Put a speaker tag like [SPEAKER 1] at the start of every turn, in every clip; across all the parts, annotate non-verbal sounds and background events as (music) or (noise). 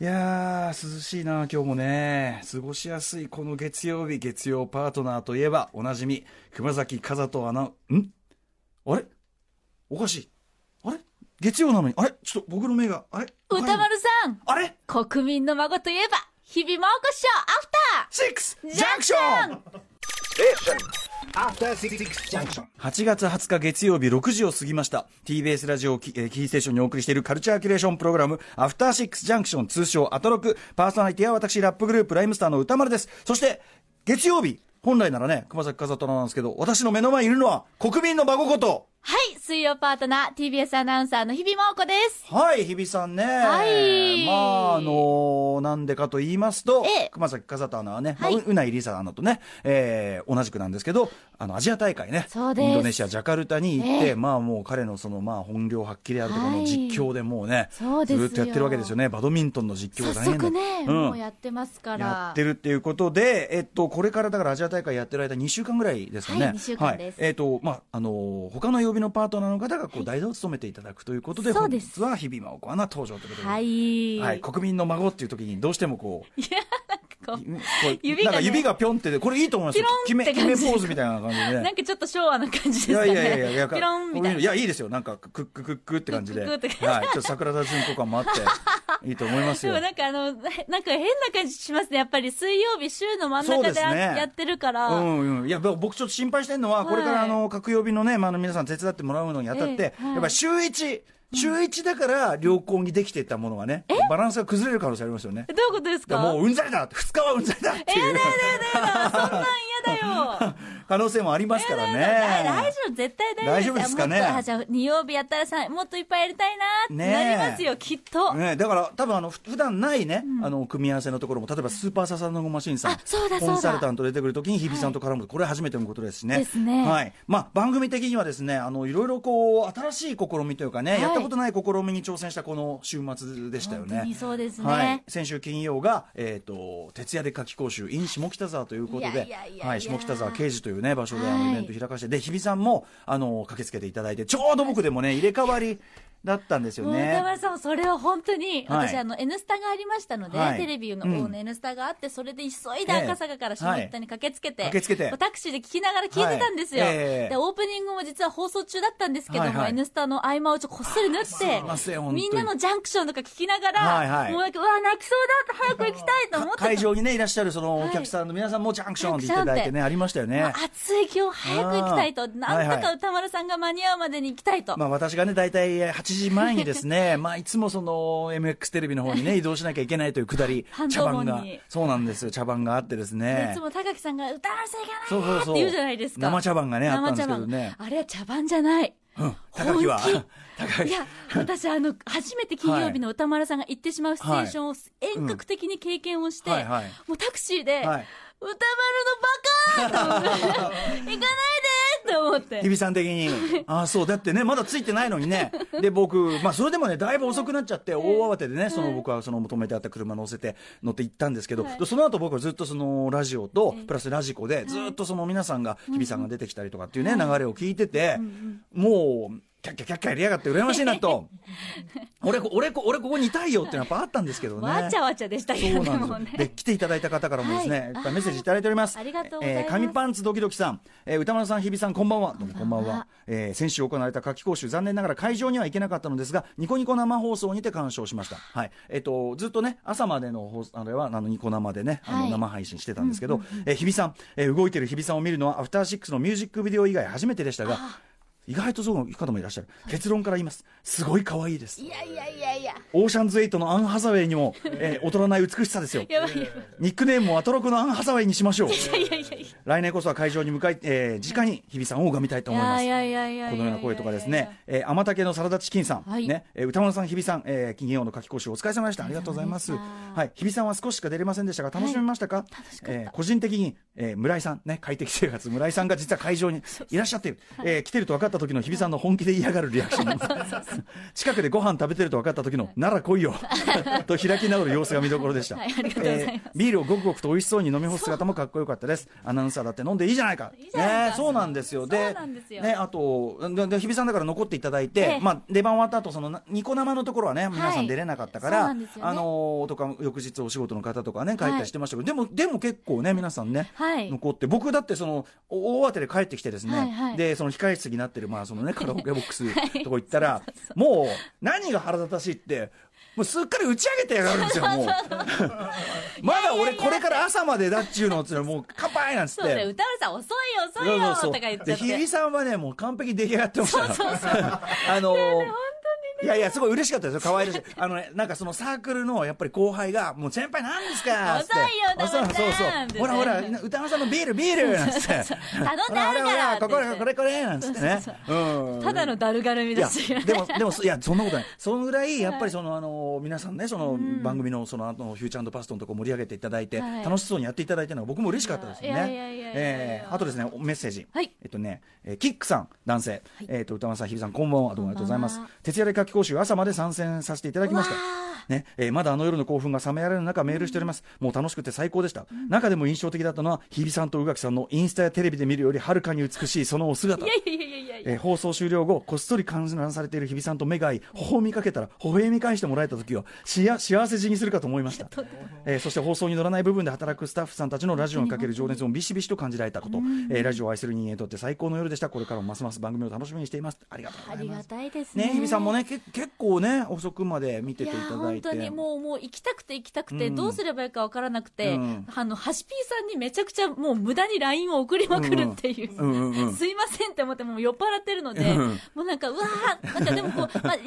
[SPEAKER 1] いやー、涼しいな、今日もね、過ごしやすいこの月曜日、月曜パートナーといえば、おなじみ、熊崎風とアナウン、んあれおかしい。あれ月曜なのに、あれちょっと僕の目が、あれおかしい
[SPEAKER 2] 歌丸さん
[SPEAKER 1] あれ
[SPEAKER 2] 国民の孫といえば、日々真央子師匠アフ
[SPEAKER 1] シックスジャンクション
[SPEAKER 3] After Six Junction.
[SPEAKER 1] 8月20日月曜日6時を過ぎました。TBS ラジオをキ,、えーキーステーションにお送りしているカルチャーキュレーションプログラム、アフターシックスジャンクション、通称アトロク。パーソナリティは私、ラップグループ、ライムスターの歌丸です。そして、月曜日、本来ならね、熊崎風人なんですけど、私の目の前にいるのは、国民の孫こと。
[SPEAKER 2] タはい、水曜パートナー、TBS アナウンサーの日々真央子です。
[SPEAKER 1] はい、日比さんね。
[SPEAKER 2] い
[SPEAKER 1] まあ、あのーなんでかと言いますと、
[SPEAKER 2] ええ
[SPEAKER 1] 熊崎風人アナはね、
[SPEAKER 2] はい
[SPEAKER 1] まあ、ううないりさアナとね、えー同じくなんですけど、あの、アジア大会ね、
[SPEAKER 2] そうです
[SPEAKER 1] インドネシア、ジャカルタに行って、
[SPEAKER 2] ええ
[SPEAKER 1] まあもう彼のその、まあ本領発揮であるとか
[SPEAKER 2] は
[SPEAKER 1] の
[SPEAKER 2] い
[SPEAKER 1] 実況でもうね、
[SPEAKER 2] そうですよ
[SPEAKER 1] ずっとやってるわけですよね。バドミントンの実況
[SPEAKER 2] 早
[SPEAKER 1] 大変だ
[SPEAKER 2] 速ね、
[SPEAKER 1] うん
[SPEAKER 2] もうやってますから。
[SPEAKER 1] やってるっていうことで、えっと、これからだからアジア大会やってる間2週間ぐらいですかね。
[SPEAKER 2] はい二週間です
[SPEAKER 1] はいえっと、まあ、あのー他の曜日のパートナーの方がこう代打を務めていただくということで、
[SPEAKER 2] そうです
[SPEAKER 1] 本日は日々真央子アナ登場ということで。
[SPEAKER 2] はい。
[SPEAKER 1] はい、国民の孫っていう時にどうしてもこう、い
[SPEAKER 2] こ
[SPEAKER 1] こう
[SPEAKER 2] 指
[SPEAKER 1] な
[SPEAKER 2] が
[SPEAKER 1] ん
[SPEAKER 2] ね
[SPEAKER 1] か指がぴょんって、これいいと思いますよ。
[SPEAKER 2] ピ
[SPEAKER 1] 決
[SPEAKER 2] ロン
[SPEAKER 1] め、
[SPEAKER 2] って
[SPEAKER 1] 決
[SPEAKER 2] 感じ
[SPEAKER 1] めポーズみたいな感じで
[SPEAKER 2] う
[SPEAKER 1] ね
[SPEAKER 2] な。んかちょっと昭和な感じ
[SPEAKER 1] い
[SPEAKER 2] です
[SPEAKER 1] や
[SPEAKER 2] かね。
[SPEAKER 1] いやいやいや、
[SPEAKER 2] ピロンみたいな。
[SPEAKER 1] いや、いいですよ。なんか、クッククックって感じで。
[SPEAKER 2] クッククックって
[SPEAKER 1] はい。ちょっと桜田淳子感もあって、いいと思います
[SPEAKER 2] で
[SPEAKER 1] よ
[SPEAKER 2] も。なんかあの、へなんか変な感じしますね。やっぱり水曜日週の真ん
[SPEAKER 1] そう
[SPEAKER 2] 中
[SPEAKER 1] で
[SPEAKER 2] ですあ
[SPEAKER 1] ね
[SPEAKER 2] やってるから。
[SPEAKER 1] うんうん、いやぼ僕ちょっと心配してるのは、
[SPEAKER 2] はい
[SPEAKER 1] これからあの各曜日のね、まあ、あの皆さん手伝ってもらうのにあたって、
[SPEAKER 2] ええはい
[SPEAKER 1] やっぱり週一、週一だから良好にできていたものがね、バランスが崩れる可能性ありますよね
[SPEAKER 2] え。どういうことです
[SPEAKER 1] だ
[SPEAKER 2] か
[SPEAKER 1] からもううんざりだ、二日はうんざりだっていう、
[SPEAKER 2] やだそんなん嫌だよ。
[SPEAKER 1] 可能性もありますから
[SPEAKER 2] 大大
[SPEAKER 1] ね。
[SPEAKER 2] 丈夫、絶対大丈夫
[SPEAKER 1] 大丈夫ですかね
[SPEAKER 2] もっとあ、じゃあ、2曜日やったらさ、もっといっぱいやりたいなって
[SPEAKER 1] ねえ
[SPEAKER 2] なりますよ、きっと。
[SPEAKER 1] ね、だから多分あのふ普段ないね、あの組み合わせのところも例えばスーパーササノゴマシンさん
[SPEAKER 2] あそうだそうだ
[SPEAKER 1] コンサルタント出てくるときに日比さんと絡む、これ初めてのことですしね
[SPEAKER 2] ですね
[SPEAKER 1] はいまあ、番組的にはですねあのいろいろこう新しい試みというかね、
[SPEAKER 2] はい
[SPEAKER 1] やったことない試みに挑戦したこの週末でしたよ
[SPEAKER 2] 本
[SPEAKER 1] ね。
[SPEAKER 2] 当にそうですね。
[SPEAKER 1] はい、先週金曜が、えー、と徹夜で夏期講習 in 下北沢ということ
[SPEAKER 2] いや
[SPEAKER 1] で
[SPEAKER 2] いやいやいや
[SPEAKER 1] はい下北沢刑事という、ね、場所であ
[SPEAKER 2] は
[SPEAKER 1] の
[SPEAKER 2] い
[SPEAKER 1] イベント開かして、で日比さんもあの駆けつけていただいてちょうど僕でもね入れ替わりだったんですよ
[SPEAKER 2] もう
[SPEAKER 1] ね。
[SPEAKER 2] 歌丸さんもそれは本当に、
[SPEAKER 1] はい
[SPEAKER 2] 私、あの、N スタがありましたので、
[SPEAKER 1] はい
[SPEAKER 2] テレビの
[SPEAKER 1] うん
[SPEAKER 2] 方の N スタがあって、それで急いで
[SPEAKER 1] ええ
[SPEAKER 2] 赤坂から下北に駆けつけて、
[SPEAKER 1] はい駆けつけて
[SPEAKER 2] こうタクシーで聞きながら聞いてたんですよ。
[SPEAKER 1] はいええ
[SPEAKER 2] で、オープニングも実は放送中だったんですけども、
[SPEAKER 1] はいはい
[SPEAKER 2] N スタの合間をちょっとこっそり縫っ
[SPEAKER 1] いません
[SPEAKER 2] て
[SPEAKER 1] 本当、に
[SPEAKER 2] みんなのジャンクションとか聞きながら、
[SPEAKER 1] はいはい
[SPEAKER 2] もうなんか、うわ、泣きそうだって早く行きたいと思ってた
[SPEAKER 1] 会場にねいらっしゃるその
[SPEAKER 2] はい
[SPEAKER 1] お客さんの皆さんもジャンクションって言っていただいてねありましたよ
[SPEAKER 2] ま
[SPEAKER 1] ね
[SPEAKER 2] あ。暑い今日早く行きたい
[SPEAKER 1] あ
[SPEAKER 2] と、
[SPEAKER 1] ー
[SPEAKER 2] な
[SPEAKER 1] は
[SPEAKER 2] んと
[SPEAKER 1] いは
[SPEAKER 2] か
[SPEAKER 1] い
[SPEAKER 2] 歌丸さんが間に合うまでに行きたいと。
[SPEAKER 1] まあ私がね、大体えー8時前にですね、まあいつもその MX テレビの方にね、移動しなきゃいけないというくだり
[SPEAKER 2] 半、
[SPEAKER 1] 茶
[SPEAKER 2] 蔵門
[SPEAKER 1] 番
[SPEAKER 2] に
[SPEAKER 1] が、そうなんですよ、茶番があってです
[SPEAKER 2] で
[SPEAKER 1] ね
[SPEAKER 2] いつ。も高木さんが歌丸さん行
[SPEAKER 1] そうそ
[SPEAKER 2] かな
[SPEAKER 1] う
[SPEAKER 2] いっ
[SPEAKER 1] そ
[SPEAKER 2] て
[SPEAKER 1] う。
[SPEAKER 2] 言うじゃないですか。
[SPEAKER 1] 生茶番がね、あったんですけど
[SPEAKER 2] 生
[SPEAKER 1] ね
[SPEAKER 2] 茶。番あれは茶番じゃない。
[SPEAKER 1] うん高木は
[SPEAKER 2] 本、
[SPEAKER 1] (laughs) 高
[SPEAKER 2] い
[SPEAKER 1] 木。
[SPEAKER 2] や、私、あの、初めて金曜日
[SPEAKER 1] (laughs)
[SPEAKER 2] の歌丸さんが行ってしまうシチュエーションを遠隔的に経験をして、
[SPEAKER 1] はいはい
[SPEAKER 2] もうタクシーで、
[SPEAKER 1] はい
[SPEAKER 2] 歌丸のバカーと思って、行かないでーって
[SPEAKER 1] (laughs)
[SPEAKER 2] 思って
[SPEAKER 1] 日。比さん的に。 (laughs) ああ、そう。だってね、まだついてないのにね。で、僕、まあ、それでもね、だいぶ遅くなっちゃって、大慌てでね、その僕はその求めてあった車乗せて、乗って行ったんですけど、
[SPEAKER 2] はい
[SPEAKER 1] でその後僕はずっとそのラジオと、プラスラジコで、ずっとその皆さんが、日比さんが出てきたりとかっていうね、流れを聞いてて、もう、キャッキャキャッキャやりやがって羨ましいな (laughs) と。俺、俺、俺ここにいたいよってのはやっぱあったんですけどね。
[SPEAKER 2] わちゃわちゃでしたけ
[SPEAKER 1] そ
[SPEAKER 2] ど
[SPEAKER 1] う
[SPEAKER 2] ね、も
[SPEAKER 1] な
[SPEAKER 2] うん
[SPEAKER 1] ですよ。
[SPEAKER 2] ね
[SPEAKER 1] で、。来ていただいた方からもですね、
[SPEAKER 2] はい
[SPEAKER 1] いっぱいメッセージいただいております。
[SPEAKER 2] ありがとうございます
[SPEAKER 1] えー紙パンツドキドキさん、えー歌丸さん、日比さん、こんばんは。どうもこんばん
[SPEAKER 2] こんばん
[SPEAKER 1] は
[SPEAKER 2] は。
[SPEAKER 1] えー先週行われた夏季講習、残念ながら会場には行けなかったのですが、ニコニコ生放送にて鑑賞しました。はい。えっ、と、ずっとね、朝までの放送、あれは、あの、ニコ生でね、あ
[SPEAKER 2] は
[SPEAKER 1] の、
[SPEAKER 2] い
[SPEAKER 1] 生配信してたんですけど、えー日比さん、えー動いてる日比さんを見るのは、アフターシックスのミュージックビデオ以外初めてでしたが、意外とそうの方もいらっしゃる。結論から言います。すごい可愛いです
[SPEAKER 2] い。やいやいやいや。
[SPEAKER 1] オーシャンズエイトのアン・ハサウェイにも、えー劣らない美しさですよ。
[SPEAKER 2] やばいやばい。
[SPEAKER 1] ニックネームをアトロクのアン・ハサウェイにしましょう。
[SPEAKER 2] いやいやいやいや。
[SPEAKER 1] 来年こそは会場に向かい、えー、直に日比さんを拝みたいと思います。
[SPEAKER 2] いやいやいやいや
[SPEAKER 1] こ
[SPEAKER 2] いやいやいや
[SPEAKER 1] のような声とかですね、えー、天竹のサラダチキンさん、
[SPEAKER 2] はい
[SPEAKER 1] ね、えー歌丸さん、日比さん、えー、金曜の夏き講習お疲れ様でした。ありがとうございます。
[SPEAKER 2] お疲れ様でした
[SPEAKER 1] はい、日比さんは少ししか出れませんでしたが、楽しめましたか、
[SPEAKER 2] 楽しかった
[SPEAKER 1] えー個人的に、えー村井さん、ね、快適生活、村井さんが実は会場にいらっしゃっている、えー来てると分かっった時の日比さんの本気で嫌がるリアクション、近くでご飯食べてると分かった時の、なら来い
[SPEAKER 2] (laughs)
[SPEAKER 1] よと開き直る様子が見どころでした、
[SPEAKER 2] はいありがとうございます
[SPEAKER 1] ービールをごくごくと美味しそうに飲み干す姿もかっこよかったですアナウンサーだって飲んでいいじゃないか
[SPEAKER 2] いいじゃない
[SPEAKER 1] ね、
[SPEAKER 2] か
[SPEAKER 1] そうなんですよ
[SPEAKER 2] そうなんですよ
[SPEAKER 1] ね、あとでで日比さんだから残っていただいて、
[SPEAKER 2] ええ
[SPEAKER 1] まあ、出番終わった後そのなニコ生のところはね皆さ
[SPEAKER 2] は
[SPEAKER 1] ん
[SPEAKER 2] い
[SPEAKER 1] 出れなかったから、
[SPEAKER 2] そうなんですよね
[SPEAKER 1] あのーとか翌日お仕事の方とかね帰ったりしてましたけど、でもでも結構ね皆さんね、
[SPEAKER 2] はい
[SPEAKER 1] 残って僕だってそのお大慌てで帰ってきてですね、
[SPEAKER 2] はいはい
[SPEAKER 1] でその控え室になってるまあそのねカラオケボック
[SPEAKER 2] (laughs)
[SPEAKER 1] スとこ行ったら、もう何が腹立たしいってもうすっかり打ち上げてやがるんですよもうまだ俺これから朝までだっちゅうのっつうのもう乾杯なんつっ
[SPEAKER 2] そうだよ
[SPEAKER 1] て。
[SPEAKER 2] 歌丸さん遅いよ遅いよとか言っちゃ
[SPEAKER 1] で
[SPEAKER 2] って
[SPEAKER 1] 日比さんはねもう完璧に出来上がってました (laughs) あのーいやいや、すごい嬉しかったですよ。可愛らしい。あのね、なんかそのサークルの、やっぱり後輩が、もう先輩なんですかつって
[SPEAKER 2] 遅いよ
[SPEAKER 1] あそうそうそう。ほらほら、
[SPEAKER 2] なんてね
[SPEAKER 1] 歌丸さんのビール、ビールなんつって。頼
[SPEAKER 2] 頼んである
[SPEAKER 1] こ
[SPEAKER 2] から
[SPEAKER 1] れ、これ、これ、なんつってね。うん
[SPEAKER 2] ただのだるがるみ
[SPEAKER 1] い
[SPEAKER 2] だ
[SPEAKER 1] や
[SPEAKER 2] し
[SPEAKER 1] でも、でも、そいや、そんなことない。そのぐらい、やっぱり、その、あの、皆さんね、その、番組の、その、あの、フューチャーパストのとこ盛り上げていただいて、
[SPEAKER 2] はい
[SPEAKER 1] 楽しそうにやっていただいたのが、僕も嬉しかったですよ
[SPEAKER 2] いや
[SPEAKER 1] ね。
[SPEAKER 2] いやいやいやいや
[SPEAKER 1] えーあとですね、メッセージ。
[SPEAKER 2] はい
[SPEAKER 1] えっとね、えーキックさん、男性。えっと、歌丸さん、ひびさん、こんばんは。どうもありがとうございます
[SPEAKER 2] こんばんは。
[SPEAKER 1] 徹夜で夏期講習、朝まで参戦させていただきました
[SPEAKER 2] わ。
[SPEAKER 1] ね、えーまだあの夜の興奮が冷めやらぬ中メールしております、もう楽しくて最高でした、中でも印象的だったのは日比さんと宇垣さんのインスタやテレビで見るよりはるかに美しいそのお姿
[SPEAKER 2] いやいやいやいやいや
[SPEAKER 1] えー放送終了後こっそり観覧されている日比さんと目が合い微笑みかけたら微笑み返してもらえた時はしや幸せ死にするかと思いま
[SPEAKER 2] (laughs)
[SPEAKER 1] した、えーそして放送に乗らない部分で働くスタッフさんたちのラジオにかける情熱をビシビシと感じられたこと、えーラジオを愛する人間にとって最高の夜でしたこれからもますます番組を楽しみにしていますありがとうご
[SPEAKER 2] あ
[SPEAKER 1] ざい
[SPEAKER 2] り
[SPEAKER 1] ま
[SPEAKER 2] が
[SPEAKER 1] す
[SPEAKER 2] たいですね
[SPEAKER 1] ね、日比さんもねけ結構ね遅くまで見て
[SPEAKER 2] い
[SPEAKER 1] てい
[SPEAKER 2] や
[SPEAKER 1] た
[SPEAKER 2] ー
[SPEAKER 1] だい
[SPEAKER 2] 本
[SPEAKER 1] て
[SPEAKER 2] 当にもうもう行きたくて行きたくて、
[SPEAKER 1] うん
[SPEAKER 2] どうすればいいか分からなくて、
[SPEAKER 1] うん
[SPEAKER 2] あのハシピーさんにめちゃくちゃもう無駄に LINE を送りまくるっていう。
[SPEAKER 1] うんうんうん
[SPEAKER 2] すいませんって思ってもう酔っ払ってるので、
[SPEAKER 1] うん
[SPEAKER 2] もうなんかうわーなんかでもこう、まあ、いろんな事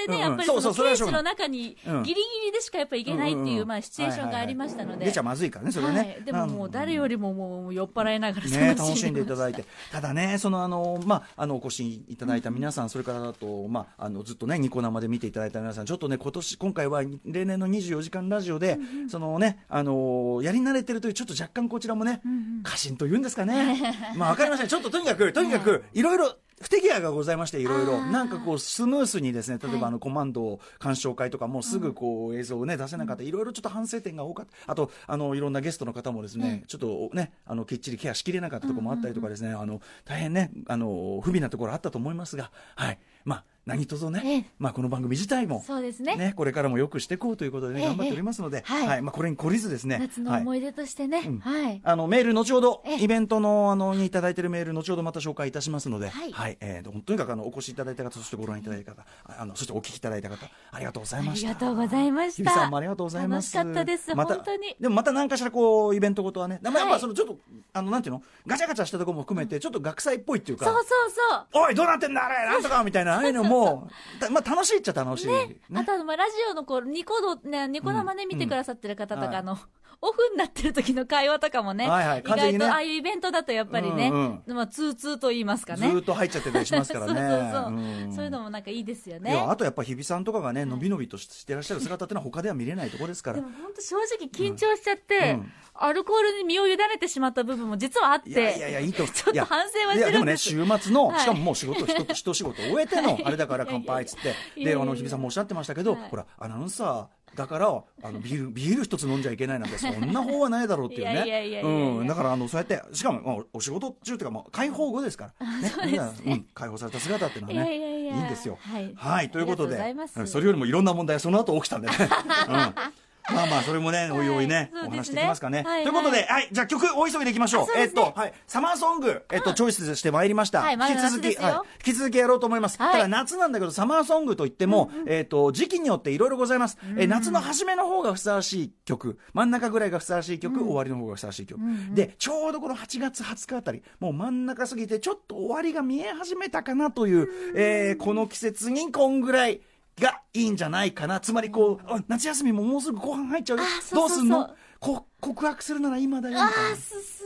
[SPEAKER 2] 情で
[SPEAKER 1] う
[SPEAKER 2] ね、
[SPEAKER 1] ん
[SPEAKER 2] やっぱり
[SPEAKER 1] そ
[SPEAKER 2] そう
[SPEAKER 1] そうそれ
[SPEAKER 2] のケ
[SPEAKER 1] は
[SPEAKER 2] ー
[SPEAKER 1] しょう
[SPEAKER 2] ス
[SPEAKER 1] が
[SPEAKER 2] の
[SPEAKER 1] な
[SPEAKER 2] 中にギ
[SPEAKER 1] うん
[SPEAKER 2] リギリでしかやっぱりいけないって
[SPEAKER 1] んん
[SPEAKER 2] い
[SPEAKER 1] ん
[SPEAKER 2] うまあシチュエーションがありましたの
[SPEAKER 1] はいはいはい
[SPEAKER 2] で、
[SPEAKER 1] 出ちゃまずいからねそれはね、
[SPEAKER 2] はいでももう誰よりももう酔っ払いながら
[SPEAKER 1] ね、楽しんでい
[SPEAKER 2] ま
[SPEAKER 1] た
[SPEAKER 2] した
[SPEAKER 1] だいて、ただね、そのあの、まあ、あのお越しいただいた皆さん、それからだと、まあ、あのずっとね、ニコ生で見ていただいた皆さん、ちょっとね、今年今回は例年の24時間ラジオで、そのね、あのやり慣れてるという、ちょっと若干こちらもね、過信というんですか
[SPEAKER 2] (laughs)
[SPEAKER 1] ね、まあ、わかりません、ちょっととにかく、とにかく、いろいろ。不手際がございましていろいろ
[SPEAKER 2] あー
[SPEAKER 1] なんかこうスムースにですね例え
[SPEAKER 2] はい
[SPEAKER 1] ばあのコマンド鑑賞会とかもうすぐこう映像をね出せなかったいろいろちょっと反省点が多かったあとあのいろんなゲストの方もですねちょっとねあのきっちりケアしきれなかったところもあったりとかですねあの大変ねあの不備なところあったと思いますがはいまあ何卒
[SPEAKER 2] え
[SPEAKER 1] ね
[SPEAKER 2] え
[SPEAKER 1] まあこの番組自体も
[SPEAKER 2] そうですね
[SPEAKER 1] ねこれからもよくしていこうということでね
[SPEAKER 2] ええ
[SPEAKER 1] 頑張っておりますので
[SPEAKER 2] ええはい
[SPEAKER 1] はいまあこれに懲りずですね
[SPEAKER 2] 夏の
[SPEAKER 1] はい
[SPEAKER 2] 思い出としてね、はい、
[SPEAKER 1] んあのメール、後ほど
[SPEAKER 2] え、え
[SPEAKER 1] イベントのあのにいただいているメール、後ほどまた紹介いたしますので、
[SPEAKER 2] はい
[SPEAKER 1] えーととにかくあのお越しいただいた方、そしてご覧いただいた方、ああのそしてお聞きいただいた方、ありがとうござい
[SPEAKER 2] あ
[SPEAKER 1] まし
[SPEAKER 2] り
[SPEAKER 1] た。
[SPEAKER 2] がとうございま
[SPEAKER 1] 日
[SPEAKER 2] し
[SPEAKER 1] 比
[SPEAKER 2] た
[SPEAKER 1] さんもありがとうございます。
[SPEAKER 2] 楽しかったです
[SPEAKER 1] また
[SPEAKER 2] 本当に
[SPEAKER 1] でもまた何かしらこうイベントごとはね、でもやっ
[SPEAKER 2] は
[SPEAKER 1] ぱ
[SPEAKER 2] い
[SPEAKER 1] そのちょっと、あのなんていうの、ガチャガチャしたところも含めて、ちょっと学祭っぽいっていうか。
[SPEAKER 2] そうそうそう
[SPEAKER 1] おいどうなってんだあれなんとかみたいなああいうのもたまあ楽しいっちゃ楽しい、
[SPEAKER 2] あとあの、まあ、ラジオのこう、ニコ動、ね、ニコ生で見てくださってる方と
[SPEAKER 1] うん
[SPEAKER 2] か、あの、オフになってる時の会話とかもね、
[SPEAKER 1] はいはい
[SPEAKER 2] 意
[SPEAKER 1] 完全
[SPEAKER 2] 外
[SPEAKER 1] にね
[SPEAKER 2] とああいうイベントだとやっぱりね、
[SPEAKER 1] うん
[SPEAKER 2] まあ、ツーツーと言いますか
[SPEAKER 1] ずー
[SPEAKER 2] ね
[SPEAKER 1] っ。と入っちゃってたりしますからね
[SPEAKER 2] そうそうそう、
[SPEAKER 1] ん
[SPEAKER 2] そういうのもなんかいいですよ
[SPEAKER 1] い
[SPEAKER 2] ね
[SPEAKER 1] や。あとやっぱ日比さんとかがねのびのびとししてらっしゃる姿ってのは他では見れないとこですから
[SPEAKER 2] でも本当正直緊張しちゃって、
[SPEAKER 1] うんうん
[SPEAKER 2] アルコールに身を委ねてしまった部分も実はあって、
[SPEAKER 1] いやいやいやいいと
[SPEAKER 2] (laughs) ちょっと反省
[SPEAKER 1] や
[SPEAKER 2] はいし
[SPEAKER 1] いや
[SPEAKER 2] て
[SPEAKER 1] で
[SPEAKER 2] る
[SPEAKER 1] も
[SPEAKER 2] ん
[SPEAKER 1] ね
[SPEAKER 2] です。
[SPEAKER 1] 週末の
[SPEAKER 2] はい
[SPEAKER 1] しかももう仕事ひとひと仕事終えてのあれだ
[SPEAKER 2] (laughs)
[SPEAKER 1] から乾杯っつって
[SPEAKER 2] いやいやいや
[SPEAKER 1] であの日比さんもおっしゃってましたけど
[SPEAKER 2] はい
[SPEAKER 1] ほらアナウンサーだからあのビ
[SPEAKER 2] (laughs)
[SPEAKER 1] ールビール一つ飲んじゃいけないなんてそんな方はないだろうっていう
[SPEAKER 2] いやいやい
[SPEAKER 1] ね
[SPEAKER 2] やいやいや
[SPEAKER 1] うんだからあのそうやってしかもまあおお仕事中というかまあ解放後ですからねみんなうん解放された姿っていうのはね
[SPEAKER 2] いやいやいや
[SPEAKER 1] いんですよ
[SPEAKER 2] はい
[SPEAKER 1] はいということで
[SPEAKER 2] ありがとうございます
[SPEAKER 1] うんそれよりもいろんな問題がその後起きたんでねうんまあまあそれもねおいおいね
[SPEAKER 2] はい
[SPEAKER 1] お話していきますかね
[SPEAKER 2] そうですね
[SPEAKER 1] ということではいじゃあ曲お急ぎでいきましょう
[SPEAKER 2] あそう
[SPEAKER 1] え
[SPEAKER 2] で
[SPEAKER 1] っ
[SPEAKER 2] すね
[SPEAKER 1] とはいサマーソングえっとチョイスしてまいりました
[SPEAKER 2] はいまだ
[SPEAKER 1] 引き続
[SPEAKER 2] 夏で
[SPEAKER 1] き、
[SPEAKER 2] すよ
[SPEAKER 1] はい、引き続きやろうと思います、
[SPEAKER 2] はい
[SPEAKER 1] ただ夏なんだけどサマーソングといっても、えっと時期によっていろいろございます、え夏の初めの方がふさわしい曲真ん中ぐらいがふさわしい曲、終わりの方がふさわしい曲、でちょうどこの8月20日あたりもう真ん中過ぎてちょっと終わりが見え始めたかなという、えーこの季節にこんぐらいがいいんじゃないかなつまりこう、あ夏休みももうすぐ後半入っちゃうよ
[SPEAKER 2] あそ
[SPEAKER 1] ど
[SPEAKER 2] うそううそう
[SPEAKER 1] すんのこ告白するなら今だよみたいな
[SPEAKER 2] あーすすす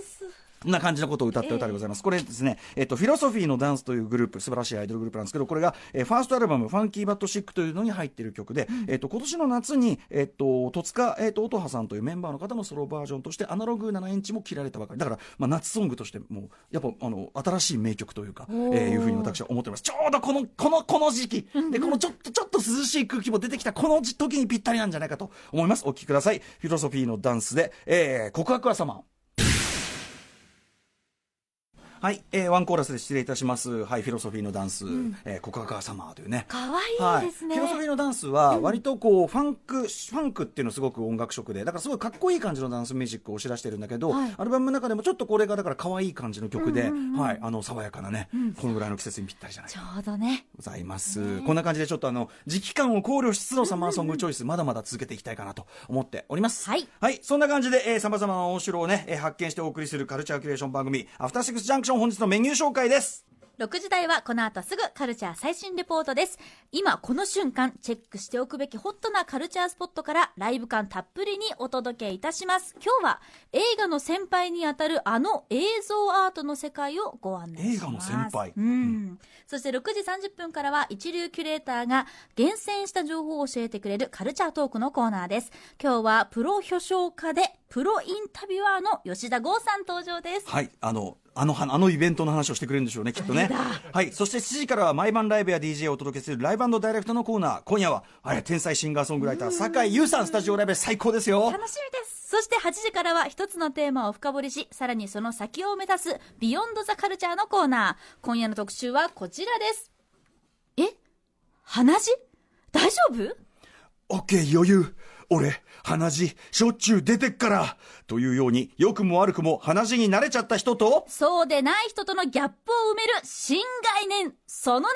[SPEAKER 1] な感じのことを歌った歌でございます。これですね、えっと、フィロソフィーのダンスというグループ、素晴らしいアイドルグループなんですけど、これが、えーファーストアルバム、ファンキーバットシックというのに入っている曲で、えっと、今年の夏に、えっと、戸塚、えっと、音羽さんというメンバーの方のソロバージョンとして、アナログ7インチも切られたばかり。だから、まあ、夏ソングとしても、やっぱ、あの、新しい名曲というか、え
[SPEAKER 2] おー
[SPEAKER 1] ーいうふうに私は思っております。ちょうどこの、この、この時期、で、このちょっと、ちょっと涼しい空気も出てきた、この時時にぴったりなんじゃないかと思います。お聴きください。フィロソフィーのダンスで、えー告白は様。はい、えーワンコーラスで失礼いたします。はい、フィロソフィーのダンス、えー、告白はサマーというね。
[SPEAKER 2] 可愛いですね。
[SPEAKER 1] はい、フィロソフィーのダンスは割とこうファンク、ファンクっていうのすごく音楽色でだからすごいかっこいい感じのダンスミュージックを押し出してるんだけど、
[SPEAKER 2] はい
[SPEAKER 1] アルバムの中でもちょっとこれがだから可愛い感じの曲で、
[SPEAKER 2] うんうんうん
[SPEAKER 1] はい、あの爽やかなね、このぐらいの季節にぴったりじゃない
[SPEAKER 2] ちょうどね。
[SPEAKER 1] ございます、こんな感じでちょっとあの時期感を考慮しつつのサマーソングチョイスまだまだ続けていきたいかなと思っております
[SPEAKER 2] はい
[SPEAKER 1] そんな感じでさまざまな面白をね、えー発見してお送りするカルチャーキュレーション番組「アフターシックスジャンクション」本日のメニュー紹介です
[SPEAKER 2] 6時台はこの後すぐカルチャー最新レポートです。今この瞬間チェックしておくべきホットなカルチャースポットからライブ感たっぷりにお届けいたします。今日は映画の先輩にあたるあの映像アートの世界をご案内します。
[SPEAKER 1] 映画の先輩
[SPEAKER 2] うん。そして6時30分からは一流キュレーターが厳選した情報を教えてくれるカルチャートークのコーナーです。今日はプロ表彰家でプロインタビュアーの吉田剛さん登場です。
[SPEAKER 1] はいあのあの花あのイベントの話をしてくれるんでしょう (laughs) ねきっとねはいそして7時からは毎晩ライブや DJ をお届けするライブダイレクトのコーナー今夜はあれ天才シンガーソングライター酒井優さんスタジオライブ最高ですよ
[SPEAKER 2] 楽しみですそして8時からは一つのテーマを深掘りしさらにその先を目指す「ビヨンド・ザ・カルチャー」のコーナー今夜の特集はこちらですえ鼻血大丈夫
[SPEAKER 1] OK 余裕俺鼻血しょっちゅう出てっからというように良くも悪くも鼻血に慣れちゃった人と
[SPEAKER 2] そうでない人とのギャップを埋める新概念その名も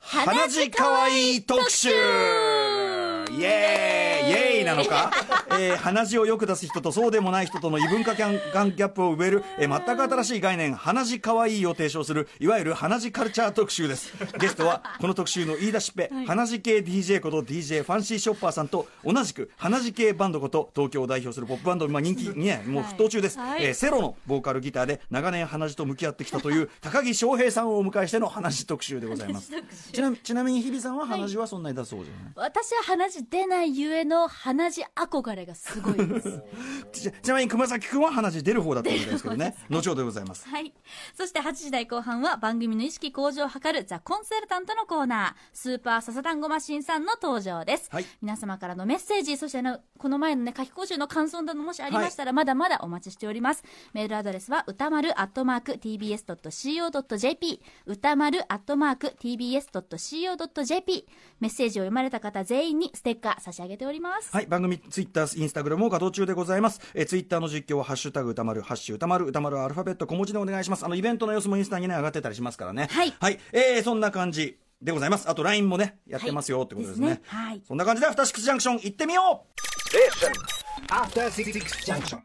[SPEAKER 1] 鼻血かわいい特集イエーイイエーイなのか、 (laughs) えー鼻血をよく出す人とそうでもない人との異文化間ギャップを埋める、えー全く新しい概念鼻血かわいいを提唱するいわゆる鼻血カルチャー特集ですゲストはこの特集の飯田しっぺ、鼻血系 DJ こと DJ ファンシーショッパーさんと同じく鼻血系バンドこと東京を代表するポップバンド今人気にねもう沸騰中です、
[SPEAKER 2] はい
[SPEAKER 1] えーセロのボーカルギターで長年鼻血と向き合ってきたと
[SPEAKER 2] (laughs)
[SPEAKER 1] いう高木翔平さんをお迎えしての鼻血特集でございますちなみちなみに日比さんは鼻血はそんなに出そうじゃない、
[SPEAKER 2] 私は鼻血出ないゆえの鼻血憧れがすごいです
[SPEAKER 1] ちちなみに熊崎君は鼻血出る方だったみたいですけ
[SPEAKER 2] (laughs)
[SPEAKER 1] どね後ほどでございます
[SPEAKER 2] はい。そして8時台後半は番組の意識向上を図るザ・コンサルタントのコーナー、スーパーササダンゴマシンさんの登場です。
[SPEAKER 1] はい
[SPEAKER 2] 皆様からのメッセージ、そしてあのこの前のね、夏期講習の感想などもしありましたら、まだまだお待ちしております。メールアドレスは、歌丸アットマーク tbs.co.jp、歌丸アットマーク tbs.co.jp、メッセージを読まれた方全員にステッカー差し上げております。
[SPEAKER 1] はい、番組ツイッター、インスタグラムも稼働中でございます。えー、ツイッターの実況は、ハッシュタグ歌丸、ハッシュ歌丸、歌丸アルファベット小文字でお願いします。あの、イベントの様子もインスタにね、上がってたりしますからね。
[SPEAKER 2] はい
[SPEAKER 1] えーそんな感じでございます。あと、LINE もね、やってますよ、ってことですね。
[SPEAKER 2] ですねはい
[SPEAKER 1] そんな感じで、アフターシックスジャンクション、行ってみよう
[SPEAKER 3] After Six Junction.